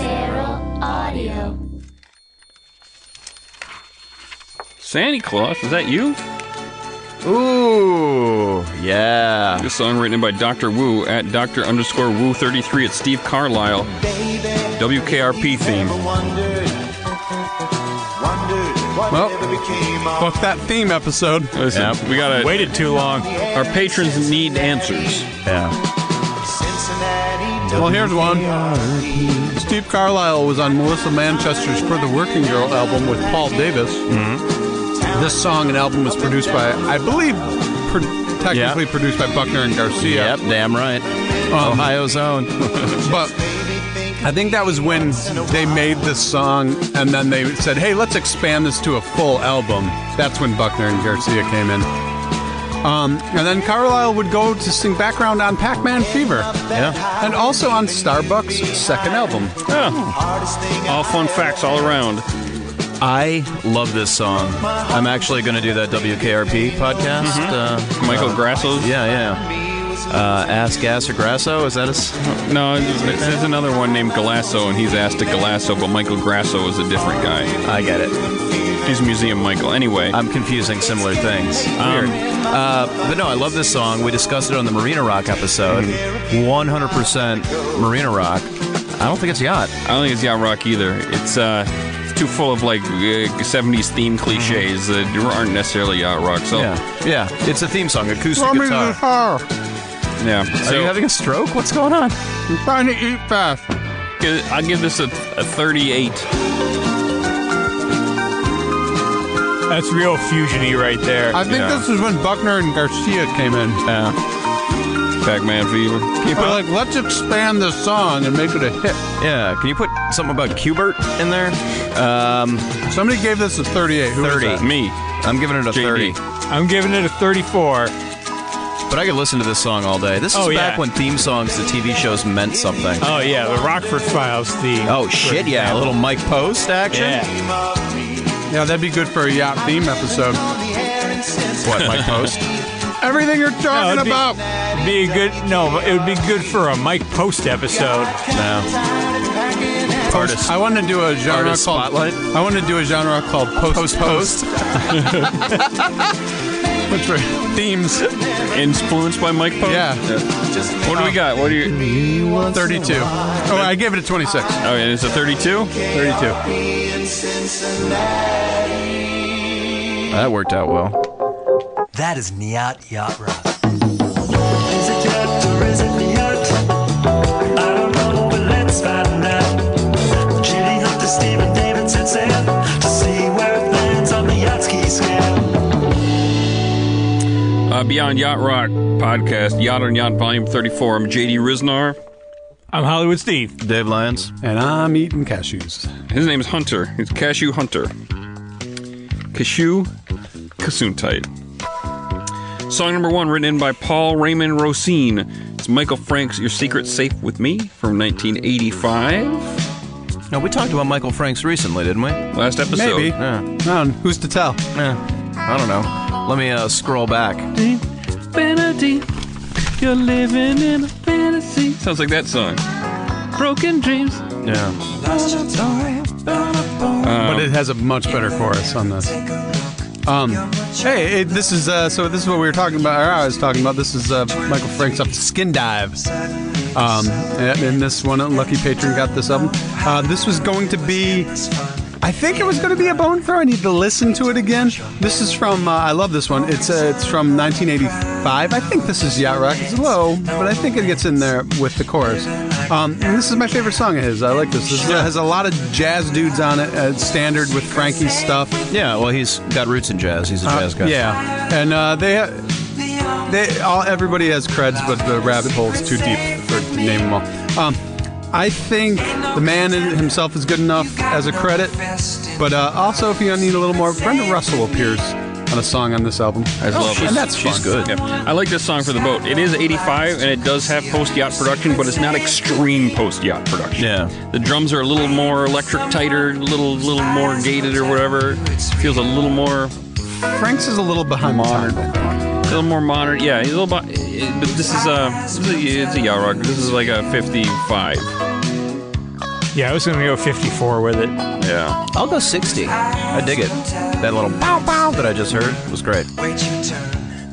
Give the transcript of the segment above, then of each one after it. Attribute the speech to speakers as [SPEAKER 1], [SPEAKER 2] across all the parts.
[SPEAKER 1] Feral Audio.
[SPEAKER 2] Santa Claus, is that you?
[SPEAKER 3] Ooh, yeah.
[SPEAKER 2] This song written by Dr. Wu at Dr. underscore Wu 33 at Steve Carlisle. WKRP theme.
[SPEAKER 4] Well, fuck that theme episode.
[SPEAKER 2] Listen,
[SPEAKER 3] Yep.
[SPEAKER 2] we gotta.
[SPEAKER 5] Waited too long.
[SPEAKER 2] Our patrons need answers.
[SPEAKER 3] Yeah.
[SPEAKER 4] Well, here's one. Steve Carlisle was on Melissa Manchester's For the Working Girl album with Paul Davis. This song and album was produced by, I believe, pro- technically produced by Buckner and Garcia. Um,
[SPEAKER 3] Yep, damn right. Ohio's own.
[SPEAKER 4] But I think that was when they made this song and then they said, hey, let's expand this to a full album. That's when Buckner and Garcia came in. Um, and then Carlisle would go to sing background on Pac Man Fever.
[SPEAKER 3] Yeah.
[SPEAKER 4] And also on Starbucks' second album.
[SPEAKER 2] All fun facts all around.
[SPEAKER 3] I love this song. I'm actually going to do that WKRP podcast.
[SPEAKER 4] Mm-hmm.
[SPEAKER 3] Uh,
[SPEAKER 2] Michael Grasso.
[SPEAKER 3] yeah, yeah. Uh, ask Gas or Grasso? Is that a. s-
[SPEAKER 2] No, there's there's another one named Galasso, and he's asked to Galasso, but Michael Grasso is a different guy.
[SPEAKER 3] I get it.
[SPEAKER 2] He's Museum Michael. Anyway,
[SPEAKER 3] I'm confusing similar things. Um, uh, but no, I love this song. We discussed it on the Marina Rock episode. 100% Marina Rock. I don't think it's yacht.
[SPEAKER 2] I don't think it's yacht rock either. It's uh, it's too full of like uh, 70s theme cliches that aren't necessarily yacht rock.
[SPEAKER 4] Oh.
[SPEAKER 2] So
[SPEAKER 3] Yeah, yeah. It's a theme song, acoustic
[SPEAKER 4] Throw me the
[SPEAKER 3] guitar.
[SPEAKER 4] guitar.
[SPEAKER 2] yeah.
[SPEAKER 3] Are you
[SPEAKER 2] So
[SPEAKER 3] having a stroke? What's going on?
[SPEAKER 4] I'm trying to eat fast.
[SPEAKER 2] gi- I'll give this a, a 38.
[SPEAKER 5] That's real fusiony right there.
[SPEAKER 4] I think
[SPEAKER 2] Yeah.
[SPEAKER 4] this is when Buckner and Garcia came in.
[SPEAKER 2] Pac-Man Fever.
[SPEAKER 4] They
[SPEAKER 3] Uh-huh.
[SPEAKER 4] were like, let's expand the song and make it a hit.
[SPEAKER 3] Yeah. Can you put something about Cubert in there? Um,
[SPEAKER 4] Somebody gave this a 38. Who was
[SPEAKER 3] 30.
[SPEAKER 4] that?
[SPEAKER 2] Me.
[SPEAKER 3] I'm giving it a
[SPEAKER 2] JD.
[SPEAKER 3] 30.
[SPEAKER 5] I'm giving it a 34.
[SPEAKER 3] But I could listen to this song all day. This is
[SPEAKER 5] Oh,
[SPEAKER 3] back
[SPEAKER 5] yeah.
[SPEAKER 3] when theme songs to TV shows meant something.
[SPEAKER 5] Oh yeah, the Rockford Files theme.
[SPEAKER 3] Oh shit, yeah, a little Mike Post action.
[SPEAKER 5] Yeah.
[SPEAKER 4] Yeah, that'd be good for a yacht theme episode.
[SPEAKER 3] What Mike Post?
[SPEAKER 4] Everything you're talking
[SPEAKER 5] it'd be-
[SPEAKER 4] about.
[SPEAKER 5] Be a good no, it would be good for a Mike Post episode.
[SPEAKER 3] no. Artist.
[SPEAKER 4] I want to do a genre
[SPEAKER 3] Artist
[SPEAKER 4] called.
[SPEAKER 3] spotlight?
[SPEAKER 4] I want to do a genre called post post, which were themes.
[SPEAKER 2] Influenced by Mike Pope.
[SPEAKER 4] Yeah, Oh.
[SPEAKER 2] What do we got? What do you?
[SPEAKER 4] 32. Oh, I gave it a 26.
[SPEAKER 2] Oh, and it's a 32.
[SPEAKER 4] 32.
[SPEAKER 3] That worked out well.
[SPEAKER 6] That is Nyat Yacht Rock. Is it yacht or is it Nyat? I don't know, but let's find out. Chitty up to Stephen Davidson sail to see where it lands on the Yachtsky scale.
[SPEAKER 2] Uh, Beyond Yacht Rock podcast, Yacht on Yacht Volume 34. I'm JD Riznar.
[SPEAKER 5] I'm Hollywood Steve.
[SPEAKER 3] Dave Lyons.
[SPEAKER 4] And I'm eating cashews.
[SPEAKER 2] His name's Hunter. It's Cashew Hunter. Cashew Kasuntite. Song number one, written in by Paul Raymond Rosine. It's Michael Frank's Your Secret Safe with Me from 1985.
[SPEAKER 3] No, we talked about Michael Franks recently, didn't we?
[SPEAKER 2] Last episode.
[SPEAKER 4] Maybe.
[SPEAKER 3] Yeah.
[SPEAKER 4] No, who's to tell?
[SPEAKER 3] yeah. I don't know. Let me uh, scroll back.
[SPEAKER 2] Vanity, you're living in a fantasy. Sounds like that song. Broken dreams.
[SPEAKER 3] Yeah.
[SPEAKER 5] Um,
[SPEAKER 4] but it has a much better chorus on this. Um, hey, it, this is uh, so. This is what we were talking about. Or I was talking about. This is uh, Michael Frank's up to Skin Dives. Um, and, and this one, uh, Lucky Patron got this album. Uh, this was going to be. I think it was going to be a bone throw. I need to listen to it again. This is from. Uh, I love this one. It's uh, it's from 1985. I think this is Yacht Rock. It's low, but I think it gets in there with the chorus. Um, and this is my favorite song of his. I like this. This is- has a lot of jazz dudes on it. Uh, standard with Frankie's stuff.
[SPEAKER 3] Yeah, Uh, well, he's got roots in jazz. He's a
[SPEAKER 4] Uh,
[SPEAKER 3] jazz guy.
[SPEAKER 4] Yeah, and uh, they they all everybody has creds, but the rabbit hole's too deep for to name them all. Um, I think the man in himself is good enough as a credit, but uh, also if you need a little more, Brenda Russell appears on a song on this album.
[SPEAKER 2] I love
[SPEAKER 4] Oh, and
[SPEAKER 2] this.
[SPEAKER 4] that's
[SPEAKER 3] she's
[SPEAKER 4] fun.
[SPEAKER 3] good.
[SPEAKER 2] Yep. I like this song for the boat. It is 85 and it does have post yacht production, but it's not extreme post yacht production.
[SPEAKER 3] Yeah.
[SPEAKER 2] The drums are a little more electric tighter, little little more gated or whatever. Feels a little more
[SPEAKER 4] Frank's is a little behind modern.
[SPEAKER 2] a little more modern. Yeah, a uh, little bo- eh, but this is a this is a, it's a yacht rock. This is like a 55.
[SPEAKER 5] Yeah, I was going to go 54 with it.
[SPEAKER 2] Yeah.
[SPEAKER 3] I'll go 60. I dig it. That little bow bow that I just heard was great.
[SPEAKER 6] Wait your turn.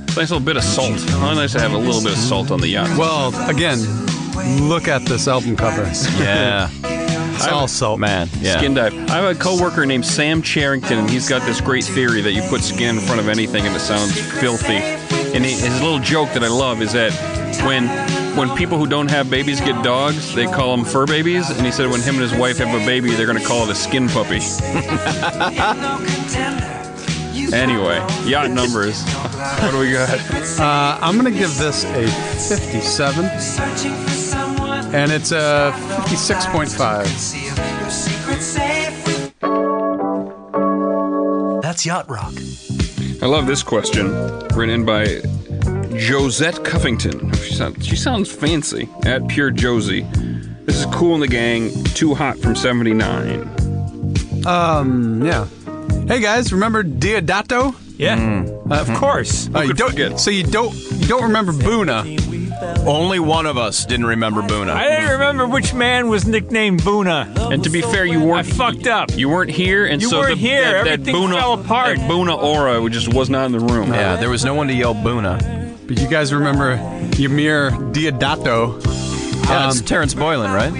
[SPEAKER 2] It's a nice little bit of salt. How nice to have a little bit of salt on the yacht.
[SPEAKER 4] Well, again, look at this album cover.
[SPEAKER 3] Yeah.
[SPEAKER 4] It's all salt,
[SPEAKER 3] Man, yeah.
[SPEAKER 2] Skin dive. I have a coworker named Sam Charrington, and he's got this great theory that you put skin in front of anything and it sounds filthy. And he, his little joke that I love is that when when people who don't have babies get dogs, they call them fur babies. And he said when him and his wife have a baby, they're going to call it a skin puppy. Anyway, yacht numbers. what do we got?
[SPEAKER 4] Uh, I'm gonna give this a 57, and it's uh, a 56.5.
[SPEAKER 6] That's Yacht Rock.
[SPEAKER 2] I love this question, written in by Josette Cuffington. She sounds, she sounds fancy. At Pure Josie. This is Cool in the Gang, Too Hot from 79.
[SPEAKER 4] Um, yeah. Hey guys, remember Diodato?
[SPEAKER 5] Yeah. of course.
[SPEAKER 4] Uh, you
[SPEAKER 2] could
[SPEAKER 4] don't
[SPEAKER 2] forget?
[SPEAKER 4] So you don't you don't remember Boona?
[SPEAKER 3] Only one of us didn't remember
[SPEAKER 5] I
[SPEAKER 3] Boona.
[SPEAKER 5] didn't remember which man was nicknamed Boona.
[SPEAKER 2] And to be fair, you
[SPEAKER 5] I
[SPEAKER 2] weren't
[SPEAKER 5] fucked up.
[SPEAKER 2] you weren't here, and
[SPEAKER 5] You
[SPEAKER 2] so
[SPEAKER 5] weren't
[SPEAKER 2] the,
[SPEAKER 5] here.
[SPEAKER 2] That, that
[SPEAKER 5] Everything
[SPEAKER 2] Boona,
[SPEAKER 5] fell apart.
[SPEAKER 2] That Boona aura just was not in the room.
[SPEAKER 3] Yeah, there was no one to yell Boona.
[SPEAKER 4] But you guys remember Ymir Diodato?
[SPEAKER 3] Yeah, it's
[SPEAKER 4] Um,
[SPEAKER 3] Terrence Boylan, right?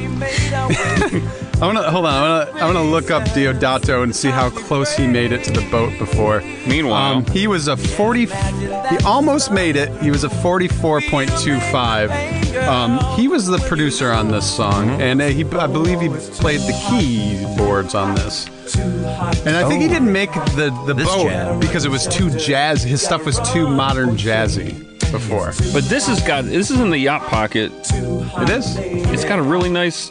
[SPEAKER 4] I wanna hold on. I wanna I wanna look up Diodato and see how close he made it to the boat before.
[SPEAKER 2] Meanwhile,
[SPEAKER 4] Um, he was a 40. He almost made it. He was a 44.25. Um, he was the producer on this song,
[SPEAKER 3] Mm-hmm.
[SPEAKER 4] and uh, he, I believe he played the keyboards on this. And I think he didn't make the the
[SPEAKER 3] Oh. This
[SPEAKER 4] boat
[SPEAKER 3] jam.
[SPEAKER 4] because it was too jazz. His stuff was too modern jazzy before.
[SPEAKER 2] but this has got this is in the yacht pocket.
[SPEAKER 4] It is.
[SPEAKER 2] It's got a really nice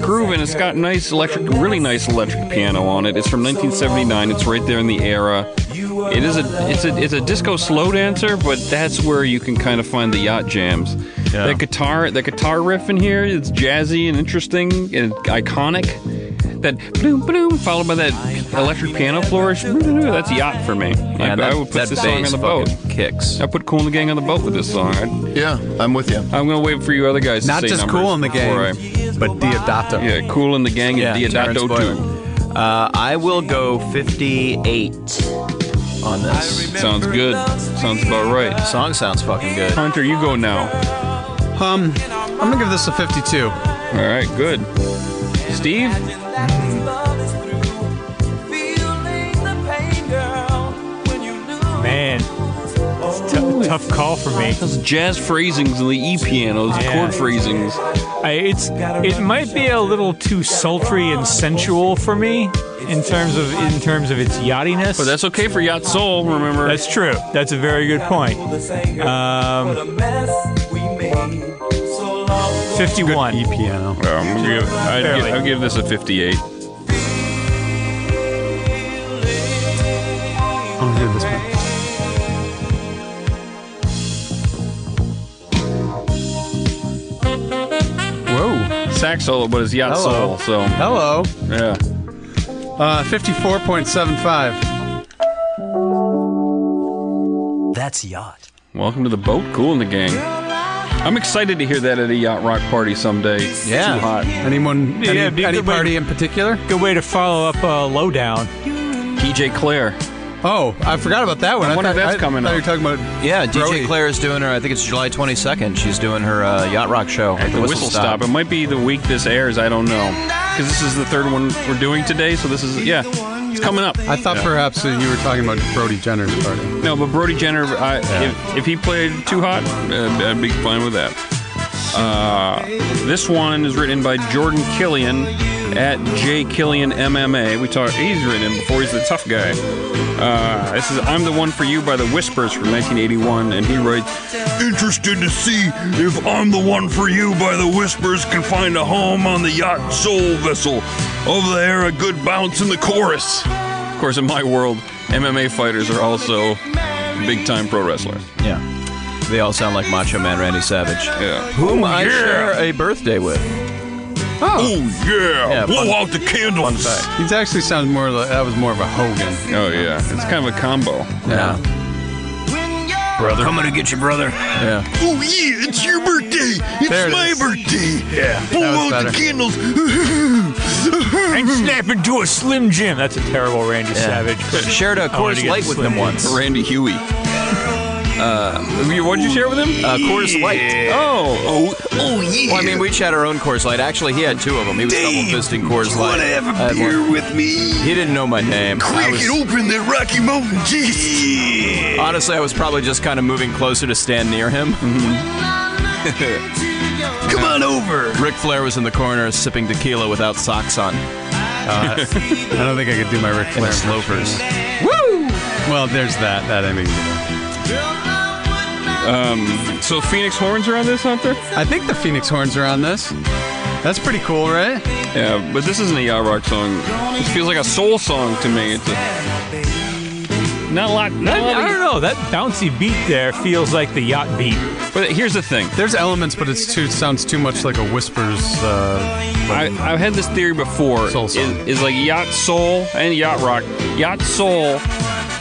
[SPEAKER 2] groove, and it's got nice electric, really nice electric piano on it. It's from 1979. It's right there in the era. It is a it's a it's a disco slow dancer, but that's where you can kind of find the yacht jams.
[SPEAKER 3] Yeah.
[SPEAKER 2] That guitar, that guitar riff in here, it's jazzy and interesting and iconic. That bloom bloom followed by that electric piano flourish. That's yacht for me. I,
[SPEAKER 3] Yeah, that,
[SPEAKER 2] I would put
[SPEAKER 3] that
[SPEAKER 2] this song
[SPEAKER 3] bass
[SPEAKER 2] on the boat.
[SPEAKER 3] fucking kicks.
[SPEAKER 2] I put Cool in the Gang on the boat with this song. I,
[SPEAKER 7] Yeah, I'm with you.
[SPEAKER 2] I'm gonna wait for you other guys. to
[SPEAKER 4] Not
[SPEAKER 2] say
[SPEAKER 4] just
[SPEAKER 2] numbers
[SPEAKER 4] cool in the game,
[SPEAKER 2] before I-
[SPEAKER 4] but Diodato.
[SPEAKER 2] yeah, cool in the gang and
[SPEAKER 3] Yeah, Terrence
[SPEAKER 2] Diodato too.
[SPEAKER 3] Boylan. Uh, I will go 58 on this.
[SPEAKER 2] Sounds good. Sounds about right.
[SPEAKER 3] Song sounds fucking good.
[SPEAKER 2] Hunter, you go now.
[SPEAKER 4] Um, I'm gonna give this a 52.
[SPEAKER 2] All right, good. Steve,
[SPEAKER 5] Man, it's a t- tough call for me.
[SPEAKER 2] those jazz phrasings and the E pianos, the
[SPEAKER 5] Yeah.
[SPEAKER 2] chord phrasings.
[SPEAKER 5] I, it's it might be a little too sultry and sensual for me in terms of in terms of its yachtiness.
[SPEAKER 2] But that's okay for yacht soul. Remember,
[SPEAKER 5] That's true. That's a very good point. Um, 51.
[SPEAKER 4] E piano.
[SPEAKER 2] Yeah, I'm gonna give, I'd give-
[SPEAKER 5] Barely.
[SPEAKER 2] I'll give this a 58.
[SPEAKER 4] I don't hear this one. Whoa.
[SPEAKER 2] Sax solo, but it's yacht
[SPEAKER 4] Hello.
[SPEAKER 2] soul. So
[SPEAKER 4] Hello.
[SPEAKER 2] yeah,
[SPEAKER 4] Uh, 54.75.
[SPEAKER 6] That's Yacht.
[SPEAKER 2] welcome to the boat. Cool in the gang. I'm excited to hear that at a yacht rock party someday.
[SPEAKER 3] Yeah.
[SPEAKER 2] too hot.
[SPEAKER 4] Anyone,
[SPEAKER 5] Yeah,
[SPEAKER 4] any,
[SPEAKER 5] it'd be a
[SPEAKER 4] any
[SPEAKER 5] good way
[SPEAKER 4] party
[SPEAKER 5] to-
[SPEAKER 4] in particular?
[SPEAKER 5] Good way to follow up uh, lowdown.
[SPEAKER 2] DJ Claire.
[SPEAKER 4] Oh, I forgot about that one.
[SPEAKER 2] I wonder if
[SPEAKER 4] thought-
[SPEAKER 2] that's coming
[SPEAKER 4] thought you
[SPEAKER 2] up.
[SPEAKER 4] were talking about.
[SPEAKER 3] Yeah, DJ
[SPEAKER 4] Brody.
[SPEAKER 3] Claire is doing her. I think it's July 22nd. She's doing her uh, yacht rock show at
[SPEAKER 2] The whistle stop. It might be the week this airs. I don't know because this is the third one we're doing today. So this is yeah, it's coming up.
[SPEAKER 4] I thought perhaps that you were talking about Brody Jenner's party.
[SPEAKER 2] No, but Brody Jenner, I, if, if he played too hot, uh, I'd be fine with that. Uh, this one is written by Jordan Killian at J Killian MMA. We talked. He's written in before. He's the tough guy. Uh, this is "I'm the One for You" by the Whispers from 1981, and he writes, "Interested to see if I'm the one for you by the Whispers can find a home on the yacht Soul vessel. Over there, a good bounce in the chorus." Of course, in my world, MMA fighters are also big-time pro wrestlers.
[SPEAKER 3] Yeah. They all sound like Macho Man Randy Savage.
[SPEAKER 2] Yeah.
[SPEAKER 3] Whom I
[SPEAKER 2] yeah.
[SPEAKER 3] share a birthday with.
[SPEAKER 2] Oh yeah!
[SPEAKER 3] Yeah,
[SPEAKER 2] Blow
[SPEAKER 3] fun-
[SPEAKER 2] out the candles.
[SPEAKER 3] Fun fact.
[SPEAKER 4] He actually sounds more like that was more of a Hogan.
[SPEAKER 2] Oh yeah, it's kind of a combo.
[SPEAKER 3] Yeah.
[SPEAKER 7] When you're
[SPEAKER 2] brother.
[SPEAKER 3] Coming to get you, brother.
[SPEAKER 2] Yeah.
[SPEAKER 7] Oh yeah, it's your birthday. It's
[SPEAKER 4] There it
[SPEAKER 7] my
[SPEAKER 4] is.
[SPEAKER 7] birthday. Yeah, blow
[SPEAKER 4] that was
[SPEAKER 7] out the
[SPEAKER 4] better.
[SPEAKER 7] candles.
[SPEAKER 5] and
[SPEAKER 2] Mm-hmm.
[SPEAKER 5] snap into a Slim Jim. That's a terrible Randy Savage.
[SPEAKER 3] Shared a
[SPEAKER 5] I wanted to
[SPEAKER 3] Coors
[SPEAKER 5] get
[SPEAKER 3] Light with
[SPEAKER 5] Slim
[SPEAKER 3] them
[SPEAKER 5] Jim.
[SPEAKER 3] once.
[SPEAKER 2] Randy Huey. Uh, you- what did you share with him?
[SPEAKER 3] Uh, Coors Light.
[SPEAKER 2] oh,
[SPEAKER 7] oh, oh yeah.
[SPEAKER 3] Well, I mean, we each had our own Coors Light. Actually, he had two of them. He was
[SPEAKER 7] Damn.
[SPEAKER 3] double fisting Coors
[SPEAKER 7] you
[SPEAKER 3] Light.
[SPEAKER 7] want to have
[SPEAKER 3] I
[SPEAKER 7] a
[SPEAKER 3] had one.
[SPEAKER 7] beer with me?
[SPEAKER 3] He didn't know my name. I
[SPEAKER 7] Crack
[SPEAKER 3] was-
[SPEAKER 7] it open, that Rocky Mountain cheese. Yeah.
[SPEAKER 3] honestly, I was probably just kind of moving closer to stand near him.
[SPEAKER 7] Come on over.
[SPEAKER 3] Ric Flair was in the corner sipping tequila without socks on.
[SPEAKER 4] Uh, I don't think I could do my Ric Flair.
[SPEAKER 3] His loafers.
[SPEAKER 4] Well, there's that. That I mean,
[SPEAKER 2] Uh, so Phoenix Horns are on this hunter?
[SPEAKER 4] I think the Phoenix Horns are on this. That's pretty cool, right?
[SPEAKER 2] Yeah, but this isn't a yacht rock song. This feels like a soul song to me. It's a, not a lot. Not
[SPEAKER 5] That-
[SPEAKER 2] a lot
[SPEAKER 5] I
[SPEAKER 2] of-
[SPEAKER 5] don't know. That bouncy beat there feels like the yacht beat.
[SPEAKER 2] but here's the thing.
[SPEAKER 4] There's elements, but it's too sounds too much like a Whispers. Uh,
[SPEAKER 2] I, I've had this theory before.
[SPEAKER 4] Soul
[SPEAKER 2] is,
[SPEAKER 4] song.
[SPEAKER 2] is like yacht soul and yacht rock. Yacht soul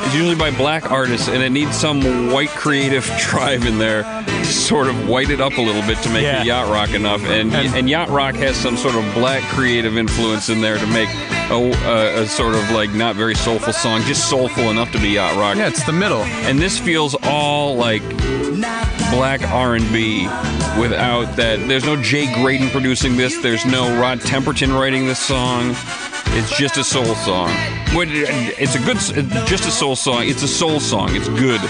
[SPEAKER 2] is usually by black artists, and it needs some white creative drive in there to sort of white it up a little bit to make
[SPEAKER 5] Yeah.
[SPEAKER 2] it yacht rock enough. And, and
[SPEAKER 4] And-
[SPEAKER 2] yacht rock has some sort of black creative influence in there to make a, a, a sort of like not very soulful song, just soulful enough to be yacht rock.
[SPEAKER 4] yeah, it's the middle.
[SPEAKER 2] And this feels all like black R&B without that. There's no Jay Graydon producing this. There's no Rod Temperton writing this song. It's just a soul song. What- It's a good, it's just a soul song. It's a soul song. It's good.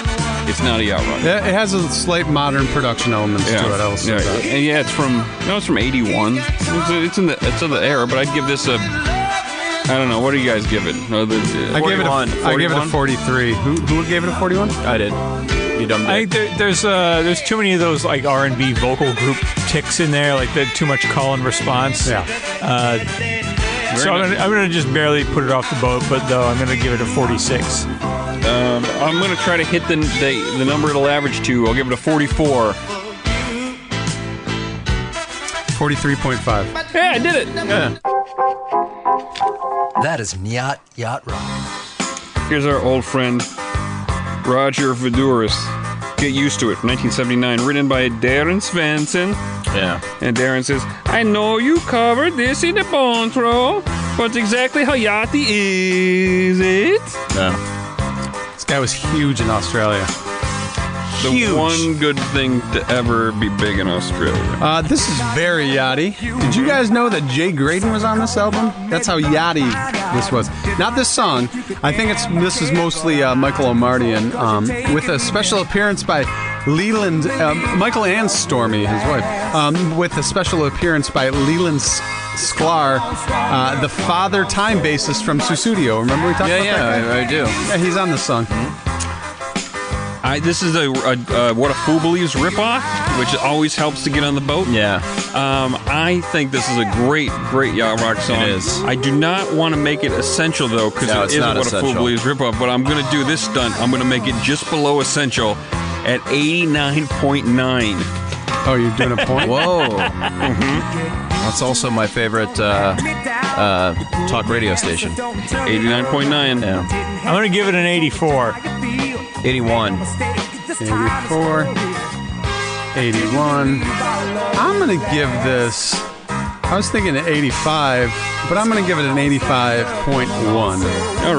[SPEAKER 2] It's not a yacht rock.
[SPEAKER 4] It it has a slight modern production elements
[SPEAKER 2] Yeah,
[SPEAKER 4] to it. I will say
[SPEAKER 2] yeah,
[SPEAKER 4] that.
[SPEAKER 2] and yeah. It's from no, it's from '81. It's, it's in the it's in the era, but I'd give this a. I don't know. What do you guys give it? uh, No, the,
[SPEAKER 4] I gave it. A,
[SPEAKER 3] 41.
[SPEAKER 4] I gave it a 43. Who who gave it a 41?
[SPEAKER 3] I did. You dumb
[SPEAKER 5] I
[SPEAKER 3] dick.
[SPEAKER 5] think there, there's uh, there's too many of those like R and B vocal group ticks in there, like the too much call and response.
[SPEAKER 4] Yeah.
[SPEAKER 5] Uh, so I'm gonna, I'm gonna just barely put it off the boat, but though I'm gonna give it a 46.
[SPEAKER 2] Um, I'm gonna try to hit the, the the number it'll average to. I'll give it a 44.
[SPEAKER 4] 43.5.
[SPEAKER 2] Yeah, I did it.
[SPEAKER 6] That is Nyat Yacht Rock.
[SPEAKER 2] Here's our old friend Roger Viduris. Get used to it. 1979, written by Darren Svensson.
[SPEAKER 3] yeah.
[SPEAKER 2] And Darren says, I know you covered this in the Bontro, but exactly how yachty is it?
[SPEAKER 3] No.
[SPEAKER 4] This guy was huge in Australia.
[SPEAKER 2] The one good thing to ever be big in Australia.
[SPEAKER 4] Uh, this is very yachty. Did you guys know that Jay Graydon was on this album? That's how yachty this was. Not this song. I think it's this is mostly uh, Michael Omardian um, with a special appearance by Leland, uh, Michael and Stormy, his wife, um, with a special appearance by Leland S- Sklar, uh, the father time bassist from Susudio. Remember we talked
[SPEAKER 3] Yeah,
[SPEAKER 4] about that?
[SPEAKER 3] yeah,
[SPEAKER 4] guy?
[SPEAKER 3] I, I do.
[SPEAKER 4] Yeah, he's on this song.
[SPEAKER 2] I, this is a, a, a What a Fool Believes ripoff, which always helps to get on the boat.
[SPEAKER 3] Yeah.
[SPEAKER 2] Um, I think this is a great, great yacht rock song.
[SPEAKER 3] It is.
[SPEAKER 2] I do not want to make it essential though, because
[SPEAKER 3] No,
[SPEAKER 2] it
[SPEAKER 3] it's
[SPEAKER 2] is
[SPEAKER 3] not
[SPEAKER 2] what a
[SPEAKER 3] essential.
[SPEAKER 2] fool believes ripoff. But I'm going to do this stunt. I'm going to make it just below essential at 89.9.
[SPEAKER 4] Oh, you're doing a point.
[SPEAKER 3] Whoa. That's also my favorite uh, uh, talk radio station.
[SPEAKER 2] 89.9.
[SPEAKER 3] Yeah.
[SPEAKER 5] I'm gonna give it an 84.
[SPEAKER 3] 81.
[SPEAKER 4] 84, 81. I'm going to give this, I was thinking an 85, but I'm going to give it an 85.1.
[SPEAKER 2] All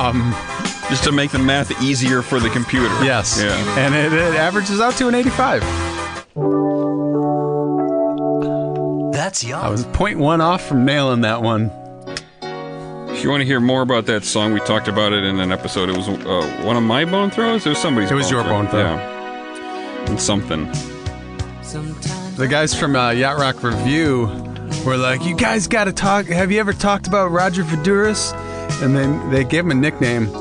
[SPEAKER 2] right.
[SPEAKER 4] Um,
[SPEAKER 2] just to make the math easier for the computer.
[SPEAKER 4] yes.
[SPEAKER 2] Yeah.
[SPEAKER 4] And it, it averages out to an 85.
[SPEAKER 6] That's
[SPEAKER 4] I
[SPEAKER 6] Yacht.
[SPEAKER 4] was 0.1 off from nailing that one.
[SPEAKER 2] If you want to hear more about that song, we talked about it in an episode. It was uh, one of my bone throws. It was somebody's.
[SPEAKER 4] It was your bone throw.
[SPEAKER 2] Yeah. And something.
[SPEAKER 4] The guys from uh, Yacht Rock Review were like, "You guys got to talk. Have you ever talked about Roger Viduris?" And then they gave him a nickname,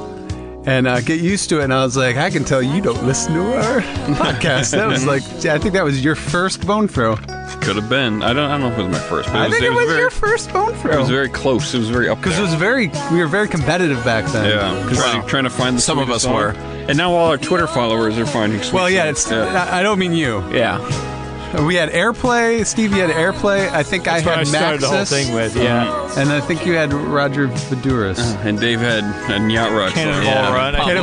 [SPEAKER 4] and uh, get used to it. And I was like, "I can tell you don't listen to our podcast." That was like, I think that was your first bone throw.
[SPEAKER 2] Could have been. I don't. I don't know if it was my first. But
[SPEAKER 4] I think it was,
[SPEAKER 2] very,
[SPEAKER 4] your first bone
[SPEAKER 2] It
[SPEAKER 4] throw
[SPEAKER 2] was very close. It was very up.
[SPEAKER 4] because
[SPEAKER 2] there.
[SPEAKER 4] it was very. We were very competitive back then.
[SPEAKER 2] Yeah, trying, trying to find the
[SPEAKER 3] Some of
[SPEAKER 2] sweetest
[SPEAKER 3] us
[SPEAKER 2] song.
[SPEAKER 3] were.
[SPEAKER 2] and now all our Twitter followers are finding. Sweet
[SPEAKER 4] Well, yeah,
[SPEAKER 2] songs.
[SPEAKER 4] it's. I I don't mean you.
[SPEAKER 3] Yeah.
[SPEAKER 4] We had Airplay. Steve, you had Airplay. I think I
[SPEAKER 8] That's what
[SPEAKER 4] had
[SPEAKER 8] I started the whole
[SPEAKER 4] Maxis,
[SPEAKER 8] thing with.
[SPEAKER 2] Uh,
[SPEAKER 8] Yeah,
[SPEAKER 4] and I think you had Roger Viduris.
[SPEAKER 2] And Dave had, had Yacht Rock.
[SPEAKER 8] Cannonball
[SPEAKER 2] song.
[SPEAKER 8] Run. I can't-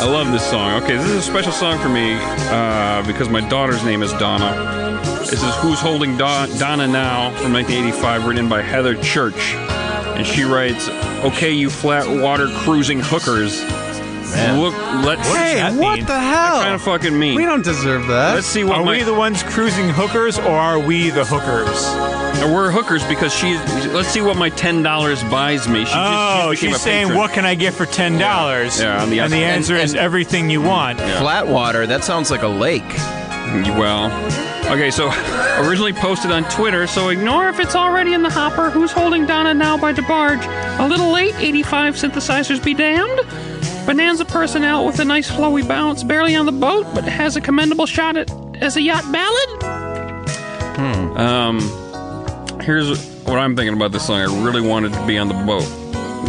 [SPEAKER 2] I love this song. Okay, this is a special song for me uh, because my daughter's name is Donna. This is Who's Holding Da- Donna Now from 1985, written by Heather Church. And she writes, Okay, you flat water cruising hookers. Look, let's.
[SPEAKER 4] Hey,
[SPEAKER 8] that
[SPEAKER 4] what
[SPEAKER 8] mean?
[SPEAKER 4] the hell?
[SPEAKER 2] kind of fucking mean.
[SPEAKER 4] we don't deserve that.
[SPEAKER 2] Let's see what
[SPEAKER 8] Are
[SPEAKER 2] my-
[SPEAKER 8] we the ones cruising hookers, or are we the hookers?
[SPEAKER 2] We're hookers because she. Let's see what my ten dollars buys me. She
[SPEAKER 8] Oh,
[SPEAKER 2] just, she became
[SPEAKER 8] she's
[SPEAKER 2] a
[SPEAKER 8] saying,
[SPEAKER 2] patron.
[SPEAKER 8] "What can I get for ten dollars?"
[SPEAKER 2] Yeah, on the
[SPEAKER 8] and the
[SPEAKER 2] outside.
[SPEAKER 8] answer is
[SPEAKER 3] And-
[SPEAKER 8] everything you want.
[SPEAKER 3] Flatwater. That sounds like a lake.
[SPEAKER 2] Well, okay. So originally posted on Twitter. So ignore if it's already in the hopper. Who's holding Donna now by DeBarge? A little late. Eighty-five synthesizers be damned. Bonanza personnel with a nice flowy bounce, barely on the boat, but has a commendable shot at as a yacht ballad.
[SPEAKER 4] Hmm.
[SPEAKER 2] Um, here's what I'm thinking about this song. I really wanted to be on the boat.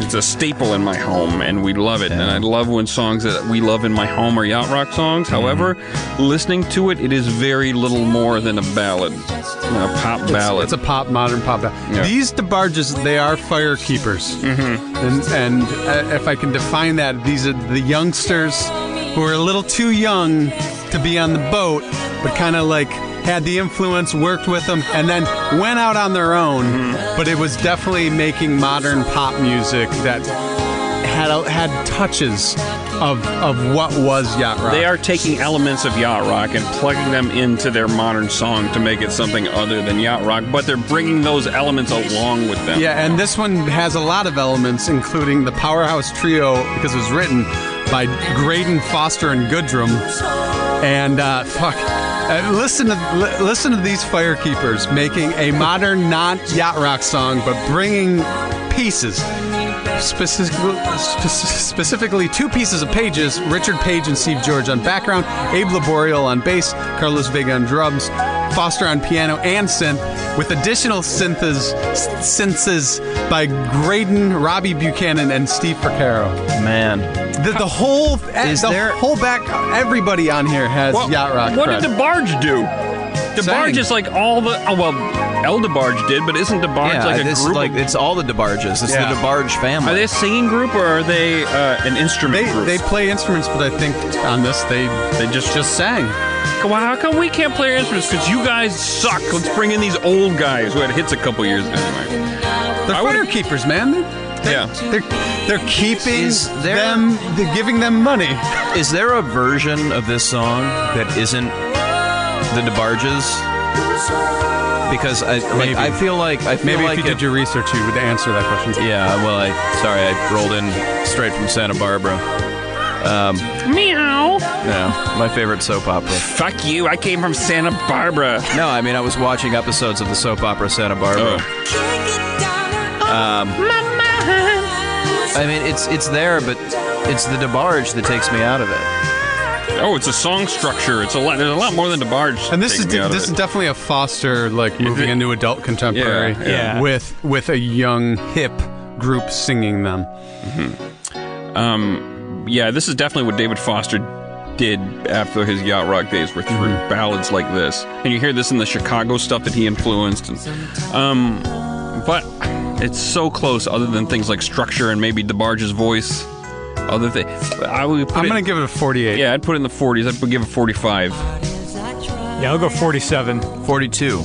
[SPEAKER 2] It's a staple in my home, and we love it. And I love when songs that we love in my home are yacht rock songs.
[SPEAKER 4] Mm-hmm.
[SPEAKER 2] However, listening to it, it is very little more than a ballad, a pop ballad.
[SPEAKER 4] It's a pop, modern pop. ballad.
[SPEAKER 2] Yeah.
[SPEAKER 4] These DeBarges, they are fire keepers. Mm-hmm. And, and uh, if I can define that, these are the youngsters who are a little too young to be on the boat, but kind of like had the influence, worked with them, and then went out on their own.
[SPEAKER 2] Mm-hmm.
[SPEAKER 4] But it was definitely making modern pop music that had had touches of of what was yacht rock.
[SPEAKER 2] They are taking elements of yacht rock and plugging them into their modern song to make it something other than yacht rock, but they're bringing those elements along with them.
[SPEAKER 4] Yeah, and this one has a lot of elements, including the powerhouse trio, because it was written by Graydon Foster and Goodrum. And uh, fuck, uh, listen to li- listen to these firekeepers making a modern, not yacht rock song, but bringing pieces. Specifically, specifically, two pieces of pages Richard Page and Steve George on background, Abe Laboriel on bass, Carlos Vega on drums, Foster on piano and synth, with additional synthes, synths by Graydon, Robbie Buchanan, and Steve Percaro.
[SPEAKER 3] Man,
[SPEAKER 4] The, the whole eh,
[SPEAKER 3] Is
[SPEAKER 4] the
[SPEAKER 3] there-
[SPEAKER 4] whole back everybody on here has
[SPEAKER 2] Well,
[SPEAKER 4] yacht rock.
[SPEAKER 2] What
[SPEAKER 4] cred.
[SPEAKER 2] did the barge do? The
[SPEAKER 4] Sang.
[SPEAKER 2] barge is like all the oh well, El DeBarge did, but isn't the barge
[SPEAKER 3] yeah,
[SPEAKER 2] like a
[SPEAKER 3] this
[SPEAKER 2] group?
[SPEAKER 3] like
[SPEAKER 2] of,
[SPEAKER 3] it's all the DeBarges. It's
[SPEAKER 4] Yeah.
[SPEAKER 3] the DeBarge family.
[SPEAKER 2] are they a singing group or are they uh, an instrument
[SPEAKER 4] they
[SPEAKER 2] group?
[SPEAKER 4] they play instruments, but I think on this they
[SPEAKER 2] They just
[SPEAKER 4] just sang.
[SPEAKER 2] well, how come we can't play our instruments? Because you guys suck. Let's bring in these old guys who had hits a couple years anyway.
[SPEAKER 4] They're
[SPEAKER 2] I would've-
[SPEAKER 4] firekeepers, man. They're,
[SPEAKER 2] Yeah,
[SPEAKER 4] they're, they're keeping
[SPEAKER 3] Is there-
[SPEAKER 4] them, they're giving them money.
[SPEAKER 3] Is there a version of this song that isn't the DeBarges? Because I like
[SPEAKER 4] Maybe.
[SPEAKER 3] I feel like I feel
[SPEAKER 4] Maybe
[SPEAKER 3] like
[SPEAKER 4] if you did
[SPEAKER 3] it-
[SPEAKER 4] your research, you would answer that question.
[SPEAKER 3] Yeah, well, I sorry, I rolled in straight from Santa Barbara.
[SPEAKER 2] meow.
[SPEAKER 3] Yeah, my favorite soap opera.
[SPEAKER 2] Fuck you! I came from Santa Barbara.
[SPEAKER 3] No, I mean I was watching episodes of the soap opera Santa Barbara. I mean it's it's there, but it's the DeBarge that takes me out of it.
[SPEAKER 2] Oh, it's a song structure. It's a lot. There's a lot more than the barge.
[SPEAKER 4] And this is
[SPEAKER 2] taking me out of
[SPEAKER 4] this
[SPEAKER 2] it.
[SPEAKER 4] is definitely a Foster like moving into adult contemporary
[SPEAKER 2] Yeah,
[SPEAKER 8] yeah.
[SPEAKER 4] with with a young hip group singing them.
[SPEAKER 2] yeah, this is definitely what David Foster did after his yacht rock days were through
[SPEAKER 4] Mm-hmm.
[SPEAKER 2] ballads like this, and you hear this in the Chicago stuff that he influenced. And, um, but it's so close, other than things like structure and maybe DeBarge's voice. Other thing, I would. Put
[SPEAKER 4] I'm
[SPEAKER 2] it-
[SPEAKER 4] gonna give it a 48.
[SPEAKER 2] Yeah, I'd put it in the 40s. I'd give it 45.
[SPEAKER 8] Yeah, I'll go forty-seven.
[SPEAKER 3] Forty-two.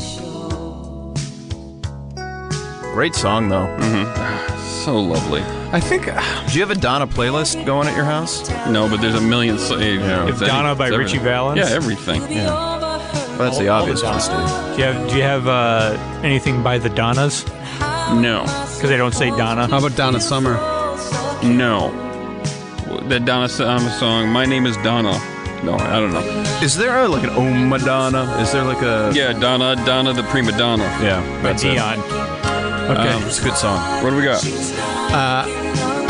[SPEAKER 3] Great song though.
[SPEAKER 2] So lovely.
[SPEAKER 4] I think
[SPEAKER 2] uh,
[SPEAKER 3] Do you have a Donna playlist going at your house?
[SPEAKER 2] No, but there's a million. So,
[SPEAKER 8] If Donna by Richie Valens?
[SPEAKER 2] Yeah, everything.
[SPEAKER 3] Well, that's the obvious one, Steve.
[SPEAKER 8] Do you have, do you have uh, anything by the Donnas?
[SPEAKER 2] No,
[SPEAKER 8] Because they don't say Donna.
[SPEAKER 4] how about Donna Summer?
[SPEAKER 2] no. That Donna Summer song. My name is Donna. No, I don't know.
[SPEAKER 3] Is there a, like an Oh Madonna? Is there like a
[SPEAKER 2] Yeah, E Donna, Donna the prima donna.
[SPEAKER 3] yeah
[SPEAKER 8] By
[SPEAKER 3] that's it.
[SPEAKER 8] Dion.
[SPEAKER 4] Okay,
[SPEAKER 3] Um, it's a good song.
[SPEAKER 2] What do we got?
[SPEAKER 4] uh,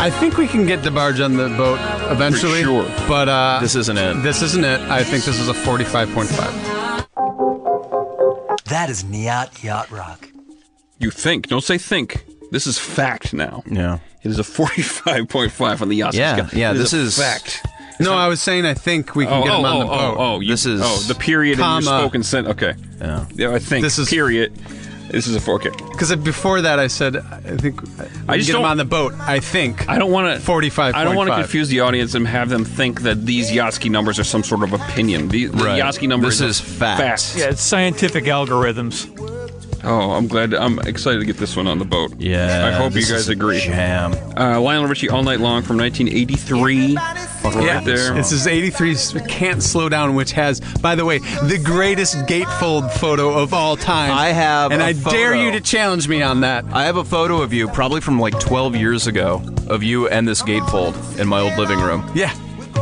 [SPEAKER 4] I think we can get DeBarge on the boat eventually.
[SPEAKER 2] sure.
[SPEAKER 4] but uh,
[SPEAKER 3] This isn't it.
[SPEAKER 4] this isn't it. I think this is a 45.5.
[SPEAKER 6] That is Nyat Yacht Rock.
[SPEAKER 2] You think? Don't say think. This is fact now.
[SPEAKER 3] Yeah.
[SPEAKER 2] It is a forty-five point five on the Yacht
[SPEAKER 3] Yeah,
[SPEAKER 2] scale.
[SPEAKER 3] yeah,
[SPEAKER 2] It
[SPEAKER 3] this is-
[SPEAKER 2] a fact.
[SPEAKER 4] No, I was saying I think we can
[SPEAKER 2] Oh,
[SPEAKER 4] get
[SPEAKER 2] oh,
[SPEAKER 4] him on
[SPEAKER 2] oh,
[SPEAKER 4] the
[SPEAKER 2] oh,
[SPEAKER 4] boat.
[SPEAKER 2] oh, you-
[SPEAKER 3] This is-
[SPEAKER 2] oh the period in
[SPEAKER 4] comma.
[SPEAKER 2] your spoken sentence. Okay,
[SPEAKER 3] Yeah.
[SPEAKER 2] yeah, I think
[SPEAKER 4] This is-
[SPEAKER 2] period. This is a four. Okay,
[SPEAKER 4] Because before that, I said I think I
[SPEAKER 2] just
[SPEAKER 4] get him
[SPEAKER 2] don't-
[SPEAKER 4] on the boat. I think
[SPEAKER 2] I don't want to
[SPEAKER 4] 45.5.
[SPEAKER 2] I don't want to confuse the audience and have them think that these Yatsky numbers are some sort of opinion. The, the
[SPEAKER 3] Right.
[SPEAKER 2] Yatsky numbers.
[SPEAKER 3] This is
[SPEAKER 2] are
[SPEAKER 3] fact.
[SPEAKER 8] Yeah, it's scientific algorithms.
[SPEAKER 2] Oh, I'm glad. I'm excited to get this one on the boat.
[SPEAKER 3] Yeah.
[SPEAKER 2] I hope you
[SPEAKER 3] this is
[SPEAKER 2] guys
[SPEAKER 3] a
[SPEAKER 2] agree.
[SPEAKER 3] Jam.
[SPEAKER 2] Uh, Lionel Richie, all night long from 1983. Fucking
[SPEAKER 4] Yeah,
[SPEAKER 2] right there.
[SPEAKER 4] This is 83 Can't Slow Down, which has, by the way, the greatest gatefold photo of all time.
[SPEAKER 3] I have
[SPEAKER 4] And
[SPEAKER 3] a
[SPEAKER 4] I dare
[SPEAKER 3] photo.
[SPEAKER 4] you to challenge me on that.
[SPEAKER 3] I have a photo of you, probably from like 12 years ago, of you and this gatefold in my old living room.
[SPEAKER 4] Yeah.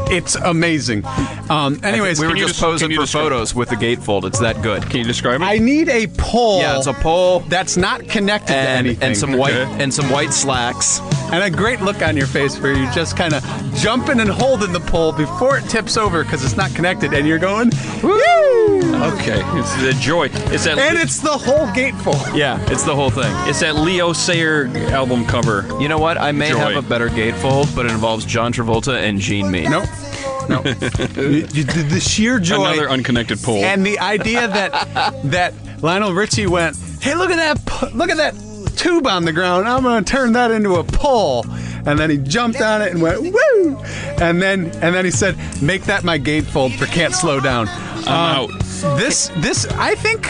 [SPEAKER 4] It's amazing. Um, anyways,
[SPEAKER 3] we were
[SPEAKER 2] can you
[SPEAKER 3] just
[SPEAKER 2] des-
[SPEAKER 3] posing
[SPEAKER 2] can you
[SPEAKER 3] for
[SPEAKER 2] describe-
[SPEAKER 3] photos with the gatefold. It's that good.
[SPEAKER 2] Can you describe it?
[SPEAKER 4] I need a pole.
[SPEAKER 3] Yeah, it's a pole
[SPEAKER 4] that's not connected to
[SPEAKER 3] and,
[SPEAKER 4] anything.
[SPEAKER 3] and some white
[SPEAKER 2] Okay.
[SPEAKER 3] and some white slacks.
[SPEAKER 4] and a great look on your face where you're just kind of jumping and holding the pole before it tips over because it's not connected, and you're going, woo!
[SPEAKER 2] okay, it's the joy. It's that.
[SPEAKER 4] And it's the whole gatefold.
[SPEAKER 3] Yeah, it's the whole thing.
[SPEAKER 2] it's that Leo Sayer album cover.
[SPEAKER 3] You know what? I may
[SPEAKER 2] Joy.
[SPEAKER 3] have a better gatefold, but it involves John Travolta and Gene Me.
[SPEAKER 4] Nope. No. You- you- the the sheer joy
[SPEAKER 2] Another unconnected pole.
[SPEAKER 4] and the idea that that Lionel Richie went, "Hey, look at that! p- Look at that tube on the ground. I'm going to turn that into a pole." And then he jumped on it and went, "Woo!" And then and then he said, "Make that my gatefold for can't slow down."
[SPEAKER 2] I'm out.
[SPEAKER 4] This this I think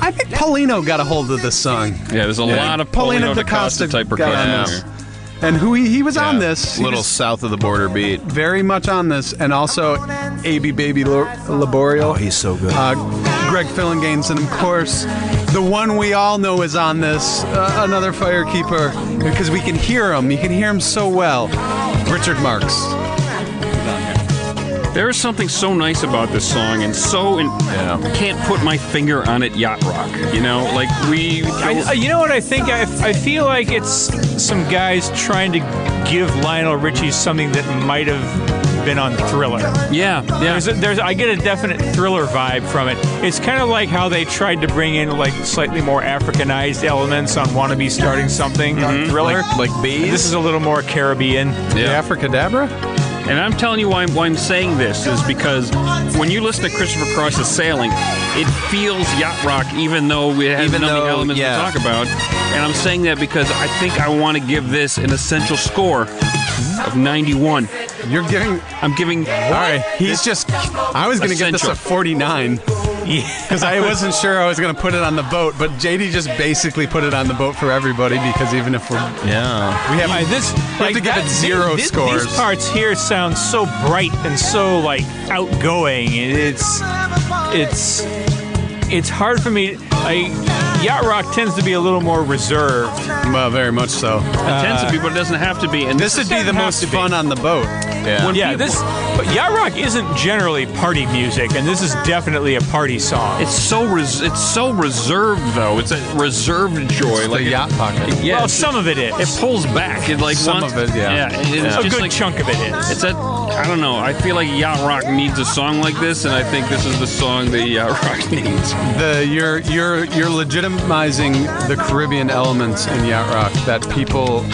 [SPEAKER 4] I think Paulino got a hold of this song.
[SPEAKER 2] Yeah, there's a lot of Polino da Costa type percussion.
[SPEAKER 4] on
[SPEAKER 2] in
[SPEAKER 4] this.
[SPEAKER 2] here.
[SPEAKER 4] And who he, he was on
[SPEAKER 3] Yeah,
[SPEAKER 4] this. He
[SPEAKER 3] little
[SPEAKER 4] was
[SPEAKER 3] south of the border beat.
[SPEAKER 4] very much on this, and also AB Baby Lo- Laborio.
[SPEAKER 3] Oh, so good.
[SPEAKER 4] uh, Greg Fillinganes, and of course, the one we all know is on this, uh, another firekeeper, because we can hear him. You can hear him so well. Richard Marks.
[SPEAKER 2] There is something so nice about this song, and so in,
[SPEAKER 3] Yeah.
[SPEAKER 2] can't put my finger on it. Yacht rock, you know, like we.
[SPEAKER 5] I, I- you know what I think? I, I feel like it's some guys trying to give Lionel Richie something that might have been on Thriller.
[SPEAKER 2] yeah, yeah.
[SPEAKER 5] There's, a, there's, I get a definite thriller vibe from it. It's kind of like how they tried to bring in like slightly more Africanized elements on "Wannabe Starting Something" on Thriller.
[SPEAKER 3] like, like bees.
[SPEAKER 5] this is a little more Caribbean.
[SPEAKER 4] The Africadabra?
[SPEAKER 2] And I'm telling you why I'm, why I'm saying this is because when you listen to Christopher Cross's Sailing, it feels yacht rock, even though it has
[SPEAKER 3] Even
[SPEAKER 2] none of
[SPEAKER 3] though,
[SPEAKER 2] the elements
[SPEAKER 3] yeah.
[SPEAKER 2] we talk about. And I'm saying that because I think I want to give this an essential score of 91.
[SPEAKER 4] You're giving.
[SPEAKER 2] I'm giving.
[SPEAKER 4] All right, he's just. I was going to give this
[SPEAKER 2] Essential.
[SPEAKER 4] a 49 because I wasn't sure I was going to put it on the boat, but JD just basically put it on the boat for everybody because even if we're,
[SPEAKER 3] yeah.
[SPEAKER 4] we have,
[SPEAKER 5] I, this
[SPEAKER 4] we have to give it zero
[SPEAKER 5] these,
[SPEAKER 4] scores.
[SPEAKER 5] These parts here sound so bright and so like outgoing. It- It's it's it's hard for me. I, yacht rock tends to be a little more reserved.
[SPEAKER 4] well, very much so.
[SPEAKER 2] It tends to be, but it doesn't have to be. And
[SPEAKER 4] This would be the
[SPEAKER 5] doesn't have
[SPEAKER 4] most
[SPEAKER 5] to be.
[SPEAKER 4] fun on the boat.
[SPEAKER 3] Yeah.
[SPEAKER 5] yeah, this but yacht rock isn't generally party music, and this is definitely a party song.
[SPEAKER 2] It's so res- it's so reserved though. It's a reserved joy.
[SPEAKER 4] It's
[SPEAKER 2] like
[SPEAKER 4] the
[SPEAKER 2] it-
[SPEAKER 4] yacht pocket.
[SPEAKER 2] Yeah,
[SPEAKER 5] well,
[SPEAKER 2] it's-
[SPEAKER 5] some of it is.
[SPEAKER 2] it pulls back. It like
[SPEAKER 4] Some
[SPEAKER 2] wants-
[SPEAKER 4] of it, yeah.
[SPEAKER 2] Yeah, it- it's
[SPEAKER 5] a
[SPEAKER 2] just
[SPEAKER 5] good
[SPEAKER 2] like-
[SPEAKER 5] chunk of it is.
[SPEAKER 2] It's a I don't know. I feel like yacht rock needs a song like this, and I think this is the song that yacht rock needs.
[SPEAKER 4] The you're you're you're legitimizing the Caribbean elements in yacht rock that people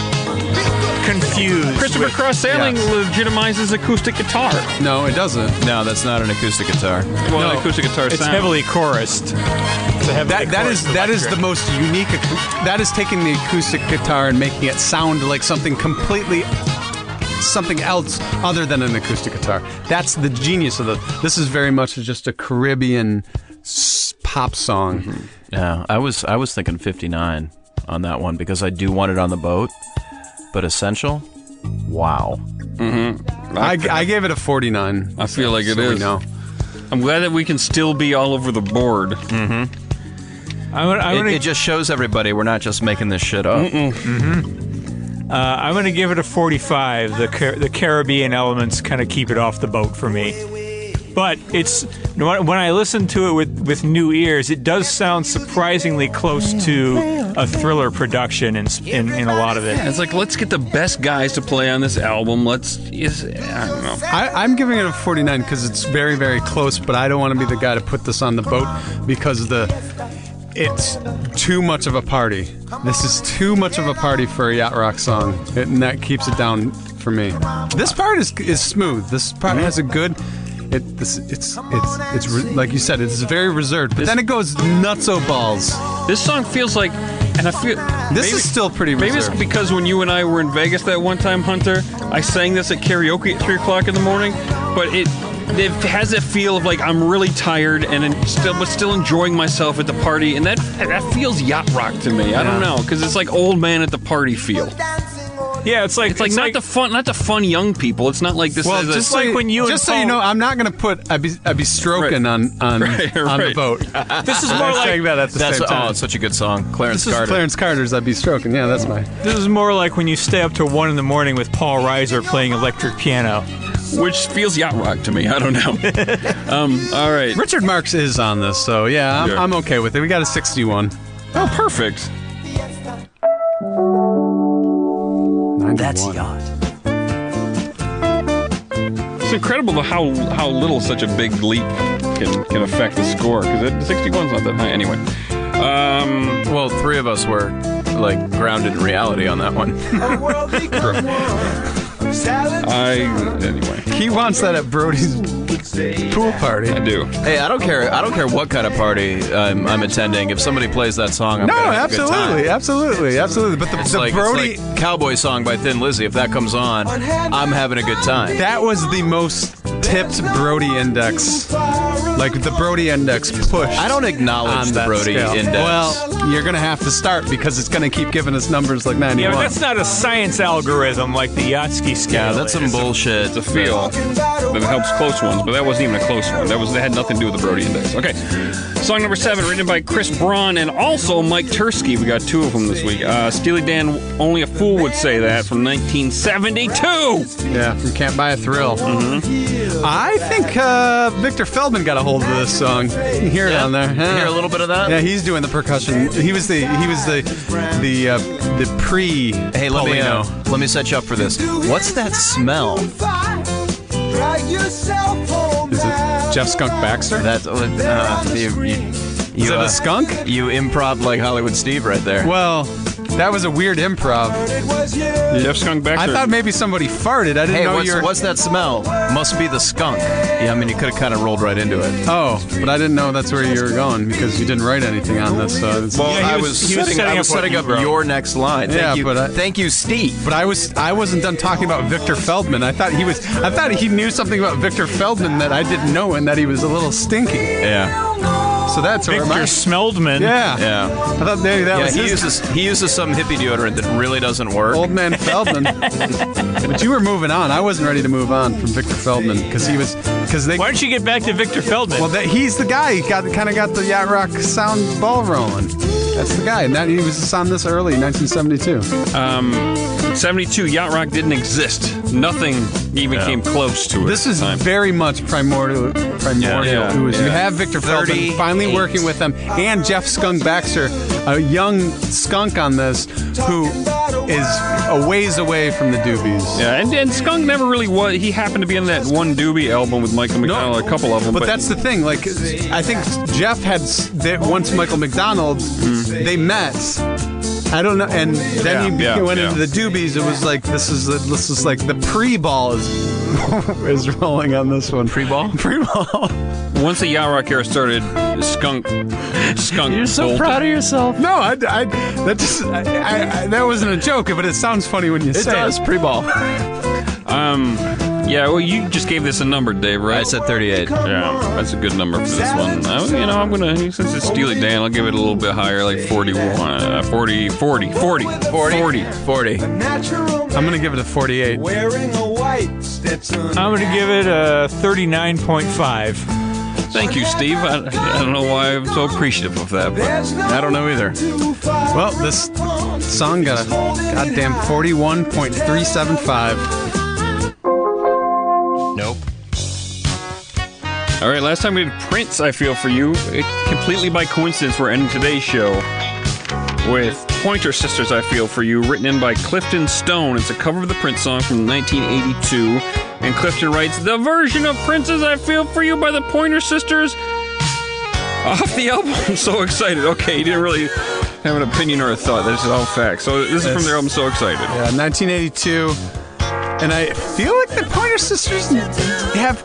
[SPEAKER 5] confused.
[SPEAKER 2] Christopher Cross Sailing
[SPEAKER 4] yes.
[SPEAKER 2] legitimizes acoustic guitar.
[SPEAKER 4] no, it doesn't.
[SPEAKER 3] No, that's not an acoustic guitar.
[SPEAKER 2] Well,
[SPEAKER 4] No,
[SPEAKER 2] acoustic guitar
[SPEAKER 5] It's
[SPEAKER 2] sound.
[SPEAKER 5] heavily chorused. It's a heavily
[SPEAKER 4] That that is
[SPEAKER 5] chorused
[SPEAKER 4] that is the
[SPEAKER 5] electric.
[SPEAKER 4] most unique. acou- That is taking the acoustic guitar and making it sound like something completely something else other than an acoustic guitar. That's the genius of the. This is very much just a Caribbean s- pop song.
[SPEAKER 3] Yeah, I was I was thinking 59 on that one because I do want it on the boat, but essential. Wow.
[SPEAKER 4] I, I gave it a 49.
[SPEAKER 2] I feel like it
[SPEAKER 4] so We
[SPEAKER 2] is.
[SPEAKER 4] know.
[SPEAKER 2] I'm glad that we can still be all over the board.
[SPEAKER 5] I'm gonna, I'm
[SPEAKER 3] It,
[SPEAKER 5] gonna,
[SPEAKER 3] it just shows everybody we're not just making this shit up.
[SPEAKER 5] uh, I'm gonna give it a 45. The Car- the Caribbean elements kind of keep it off the boat for me. But it's when when I listen to it with, with new ears, it does sound surprisingly close to a thriller production in s- in, in a lot of it.
[SPEAKER 2] It's like let's get the best guys to play on this album. Let's is I don't know.
[SPEAKER 4] I, I'm giving it a 49 because it's very, very close, but I don't want to be the guy to put this on the boat because the it's too much of a party. This is too much of a party for a yacht rock song, it, and that keeps it down for me. This part is is smooth. This part has a good. It, this, it's it's it's re- like you said. It's very reserved, but then it goes nuts o balls.
[SPEAKER 2] This song feels like, and I feel
[SPEAKER 4] This
[SPEAKER 2] maybe-
[SPEAKER 4] is still pretty
[SPEAKER 2] Maybe it's
[SPEAKER 4] reserved.
[SPEAKER 2] because when you and I were in Vegas that one time, Hunter, I sang this at karaoke at three o'clock in the morning. But it it has that feel of like I'm really tired and I'm still but still enjoying myself at the party, and that that feels yacht rock to me. I don't know because it's like old man at the party feel.
[SPEAKER 5] Yeah, it's like
[SPEAKER 2] It's like not the fun, not the fun young people. It's not like this.
[SPEAKER 4] Well,
[SPEAKER 2] is a-
[SPEAKER 4] just
[SPEAKER 5] like
[SPEAKER 4] so
[SPEAKER 5] when you and
[SPEAKER 4] just so you
[SPEAKER 5] Paul-
[SPEAKER 4] know, I'm not going to put I be I be stroking on on
[SPEAKER 2] Right,
[SPEAKER 4] on the
[SPEAKER 2] right.
[SPEAKER 4] boat.
[SPEAKER 5] this is more
[SPEAKER 4] I'm
[SPEAKER 5] like
[SPEAKER 4] saying that at the
[SPEAKER 3] That's
[SPEAKER 4] same time.
[SPEAKER 3] oh, it's such a good song, Clarence
[SPEAKER 4] this is
[SPEAKER 3] Carter.
[SPEAKER 4] Clarence Carter's. I'd be stroking. Yeah, that's my.
[SPEAKER 5] this is more like when you stay up till one in the morning with Paul Reiser playing electric piano.
[SPEAKER 2] which feels yacht rock to me. I don't know. um, all right.
[SPEAKER 4] Richard Marx is on this, so yeah, I'm,
[SPEAKER 2] Yeah.
[SPEAKER 4] I'm okay with it. We got a 61.
[SPEAKER 2] Oh, perfect.
[SPEAKER 6] That's yacht.
[SPEAKER 2] It's incredible how how little such a big leap can can affect the score because 61's not that high anyway. Um,
[SPEAKER 3] Well, three of us were like grounded in reality on that one.
[SPEAKER 2] I anyway,
[SPEAKER 4] He wants that at Brody's pool party.
[SPEAKER 2] I do.
[SPEAKER 3] hey, I don't care. I don't care what kind of party um, I'm, I'm attending. If somebody plays that song, I'm
[SPEAKER 4] No,
[SPEAKER 3] gonna have a good time.
[SPEAKER 4] absolutely, absolutely, absolutely. But the,
[SPEAKER 3] It's
[SPEAKER 4] the
[SPEAKER 3] like,
[SPEAKER 4] Brody,
[SPEAKER 3] it's like cowboy song by Thin Lizzy. If that comes on, I'm having a good time.
[SPEAKER 4] that was the most tipped Brody index. Like the Brody index push.
[SPEAKER 3] I don't acknowledge the Brody index.
[SPEAKER 4] Well, you're gonna have to start because it's gonna keep giving us numbers like 91.
[SPEAKER 5] Yeah, but that's not a science algorithm like the Yatsky scale.
[SPEAKER 3] yeah, that's some
[SPEAKER 5] is.
[SPEAKER 3] bullshit.
[SPEAKER 2] It's a feel that helps close ones, but that wasn't even a close one. That was that had nothing to do with the Brody Index. Okay, song number seven, written by Chris Braun and also Mike Tursky. We got two of them this week. Uh, Steely Dan, only a fool would say that from 1972.
[SPEAKER 4] Yeah, from Can't Buy a Thrill.
[SPEAKER 3] Mm-hmm.
[SPEAKER 4] I think uh, Victor Feldman got a hold of this song. You can hear it on there. huh?
[SPEAKER 3] Hear a little bit of that.
[SPEAKER 4] Yeah, he's doing the percussion. He was the he was the the uh, the pre.
[SPEAKER 3] Hey, let me
[SPEAKER 4] Paulino.
[SPEAKER 3] uh, let me set you up for this. What's that smell?
[SPEAKER 4] Is it Jeff Skunk Baxter?
[SPEAKER 3] That uh, you, you, you,
[SPEAKER 4] Is it
[SPEAKER 3] uh,
[SPEAKER 4] a skunk?
[SPEAKER 3] You improv like Hollywood Steve right there.
[SPEAKER 4] Well, that was a weird improv.
[SPEAKER 2] Jeff Skunk
[SPEAKER 4] I
[SPEAKER 2] Baxter.
[SPEAKER 4] thought maybe somebody farted. I didn't
[SPEAKER 3] Hey,
[SPEAKER 4] know
[SPEAKER 3] what's,
[SPEAKER 4] you were.
[SPEAKER 3] what's that smell? Must be the skunk. Yeah, I mean, you could have kind of rolled right into it.
[SPEAKER 4] Oh, but I didn't know that's where you were going because you didn't write anything on this. So it's,
[SPEAKER 5] Yeah, he was- he was setting
[SPEAKER 3] I
[SPEAKER 5] up
[SPEAKER 3] was
[SPEAKER 5] what
[SPEAKER 3] setting
[SPEAKER 5] he
[SPEAKER 3] up
[SPEAKER 5] wrote.
[SPEAKER 3] your next line. Thank
[SPEAKER 4] Yeah,
[SPEAKER 3] you,
[SPEAKER 4] but I-
[SPEAKER 3] thank you, Steve.
[SPEAKER 4] but I was I wasn't done talking about Victor Feldman. I thought he was. I thought he knew something about Victor Feldman that I didn't know and that he was a little stinky.
[SPEAKER 3] Yeah,
[SPEAKER 4] So that's where my
[SPEAKER 8] Victor Smeldman.
[SPEAKER 4] yeah.
[SPEAKER 3] yeah.
[SPEAKER 4] I thought maybe that
[SPEAKER 3] Yeah,
[SPEAKER 4] was
[SPEAKER 3] he
[SPEAKER 4] his
[SPEAKER 3] uses he uses some hippie deodorant that really doesn't work.
[SPEAKER 4] old man Feldman. but you were moving on. I wasn't ready to move on from Victor Feldman because he was because they.
[SPEAKER 8] Why don't you get back to Victor Feldman?
[SPEAKER 4] Well, that, he's the guy. He got kind of got the yacht rock sound ball rolling. That's the guy, and that he was just on this early 1972.
[SPEAKER 2] 72 yacht rock didn't exist nothing even came close to it
[SPEAKER 4] This is
[SPEAKER 2] at the time.
[SPEAKER 4] very much primordial. Primordial.
[SPEAKER 2] Yeah, yeah,
[SPEAKER 4] It was- You
[SPEAKER 2] yeah.
[SPEAKER 4] have Victor Feldman finally working with them, and Jeff Skunk Baxter, a young skunk on this, who is a ways away from the Doobies.
[SPEAKER 2] yeah and, and skunk never really was he happened to be in that one doobie album with michael mcdonald a couple of them
[SPEAKER 4] But,
[SPEAKER 2] but,
[SPEAKER 4] that's the thing. Like, I think Jeff had s- that once Michael McDonald, they met. I don't know, and then he
[SPEAKER 2] Mm-hmm. Yeah, yeah,
[SPEAKER 4] went
[SPEAKER 2] yeah.
[SPEAKER 4] into the Doobies. It was like this is the, this is like the pre-ball is is rolling on this one. Pre-ball, pre-ball.
[SPEAKER 2] once the yacht rock era started skunk skunk you're so
[SPEAKER 4] of yourself. No, I, I that just I, I, I, that wasn't a joke, but it sounds funny when you say it.
[SPEAKER 3] pre-ball.
[SPEAKER 2] yeah well you just gave this a number dave right
[SPEAKER 3] I said 38.
[SPEAKER 2] yeah that's a good number for this one I, you know i'm gonna since it's steely dan i'll give it a little bit higher like 41 uh, 40 40 40 40
[SPEAKER 3] 40.
[SPEAKER 4] I'm gonna give it a 48.
[SPEAKER 5] I'm going to give it a 39.5.
[SPEAKER 2] thank you steve I, I don't know why i'm so appreciative of that but
[SPEAKER 4] I don't know either. Well, this song got a goddamn 41.375.
[SPEAKER 2] All right, last time we did Prince, I Feel For You. It, completely by coincidence, we're ending today's show with Pointer Sisters, I Feel For You, written in by Clifton Stone. It's a cover of the Prince song from 1982. And Clifton writes, The version of Prince's I Feel For You by the Pointer Sisters off the album. I'm so excited. Okay, he didn't really have an opinion or a thought. That's all facts. So this is from their album, So Excited.
[SPEAKER 4] Yeah, 1982. and I feel like the Pointer Sisters have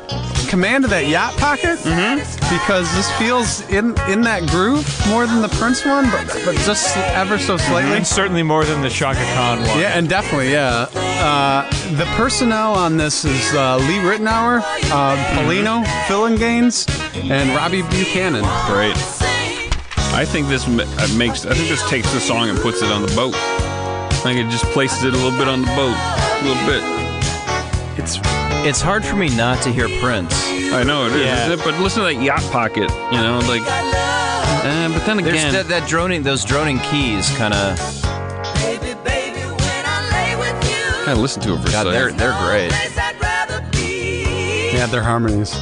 [SPEAKER 4] command of that yacht pocket mm-hmm. because this feels in in that groove more than the Prince one, but but just ever so slightly.
[SPEAKER 5] And certainly more than the Shaka Khan one.
[SPEAKER 4] Yeah, and definitely, yeah. Uh, the personnel on this is uh, Lee Rittenauer, uh, Polino, Phil and Gaines, and Robbie Buchanan.
[SPEAKER 2] Great. I think this ma- uh, makes. I think this takes the song and puts it on the boat. I think it just places it a little bit on the boat, a little bit.
[SPEAKER 3] It's it's hard for me not to hear Prince.
[SPEAKER 2] I know it is,
[SPEAKER 5] Yeah.
[SPEAKER 2] isn't it? But listen to that yacht pocket, you know, like. Uh, but then
[SPEAKER 3] There's
[SPEAKER 2] again,
[SPEAKER 3] that, that droning, those droning keys, kind of.
[SPEAKER 2] I listen to it for a
[SPEAKER 3] God,
[SPEAKER 2] second.
[SPEAKER 3] they're they're great.
[SPEAKER 4] Yeah, their harmonies.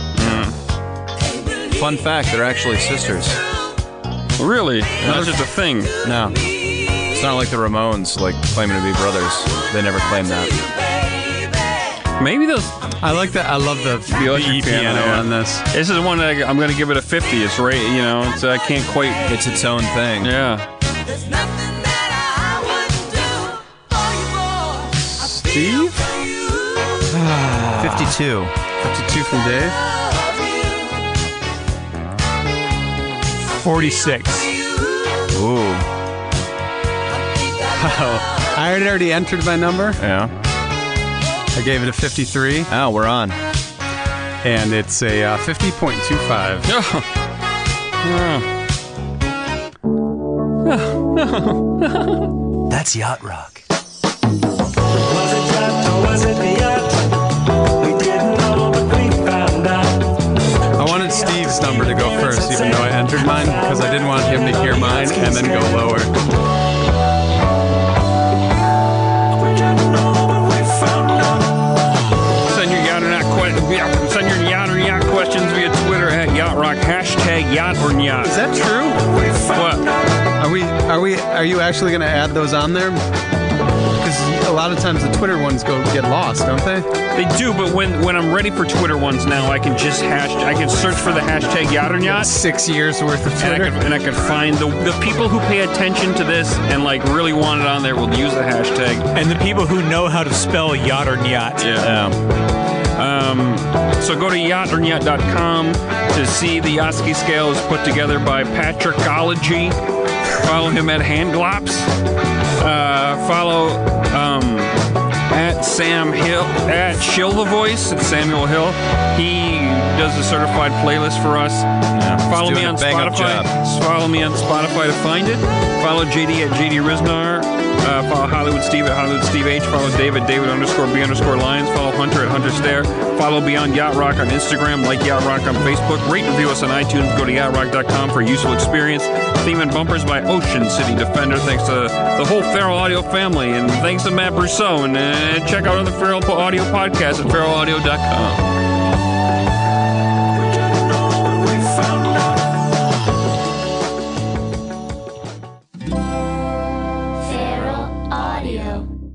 [SPEAKER 3] Fun fact: they're actually sisters.
[SPEAKER 2] Really? That's just a thing.
[SPEAKER 3] No, it's not like the Ramones, like claiming to be brothers. They never claim that.
[SPEAKER 2] Maybe those.
[SPEAKER 4] I like that. I love the, E
[SPEAKER 2] The electric piano, yeah.
[SPEAKER 4] on this.
[SPEAKER 2] This is one that I, am going to give it a 50. It's right, you know, it's, I can't quite.
[SPEAKER 3] It's its own thing.
[SPEAKER 2] Yeah.
[SPEAKER 3] 52.
[SPEAKER 4] Steve, fifty-two from Dave.
[SPEAKER 5] 46.
[SPEAKER 3] Ooh.
[SPEAKER 4] Oh, I had already entered my number.
[SPEAKER 3] Yeah.
[SPEAKER 4] I gave it a fifty-three,
[SPEAKER 3] Oh, we're on.
[SPEAKER 4] and it's a uh, fifty point two five.
[SPEAKER 6] That's yacht rock.
[SPEAKER 7] Was it yacht or was it yacht? We didn't know, but we found out.
[SPEAKER 4] I wanted Steve's number to go first, even though I entered mine, because I didn't want him to hear mine and then go lower.
[SPEAKER 7] We didn't know, but we found out.
[SPEAKER 2] Send your yacht or not questions. Send your yacht or yacht questions via Twitter at Yacht Rock. Hashtag yacht or yacht.
[SPEAKER 4] Is that true?
[SPEAKER 7] We found
[SPEAKER 2] What?
[SPEAKER 7] out.
[SPEAKER 4] Are we? Are we? Are you actually going to add those on there? Because a lot of times the Twitter ones go get lost, don't they?
[SPEAKER 2] They do, but when, when I'm ready for Twitter ones now, I can just hash. I can search for the hashtag yacht or yacht.
[SPEAKER 4] Six years worth of
[SPEAKER 2] and I could
[SPEAKER 4] Twitter.
[SPEAKER 2] and I could find the the people who pay attention to this and like really want it on there will use the hashtag.
[SPEAKER 5] And the people who know how to spell yacht or yacht.
[SPEAKER 2] Yeah. Um, so go to yachternyacht.com to see the Yatsky scale is put together by Patrick Ology. Follow him at Handglops. Uh, follow um, at Sam Hill at Shill the Voice at Samuel Hill. He does a certified playlist for us. Follow
[SPEAKER 3] he's
[SPEAKER 2] me
[SPEAKER 3] doing
[SPEAKER 2] on
[SPEAKER 3] a bang-up
[SPEAKER 2] Spotify.
[SPEAKER 3] job.
[SPEAKER 2] Follow me on Spotify to find it. Follow JD at JD Riznar. Uh, follow Hollywood Steve at Hollywood Steve H. Follow David, David underscore B underscore Lions. Follow Hunter at Hunter Stare. Follow Beyond Yacht Rock on Instagram. Like Yacht Rock on Facebook. Rate and review us on iTunes. Go to yachtrock.com for useful experience. Theme and bumpers by Ocean City Defender. Thanks to the whole Feral Audio family. And thanks to Matt Brousseau. And uh, check out other Feral Po- Audio podcasts at feralaudio.com.
[SPEAKER 7] We didn't know, but we found out.
[SPEAKER 1] Feral Audio.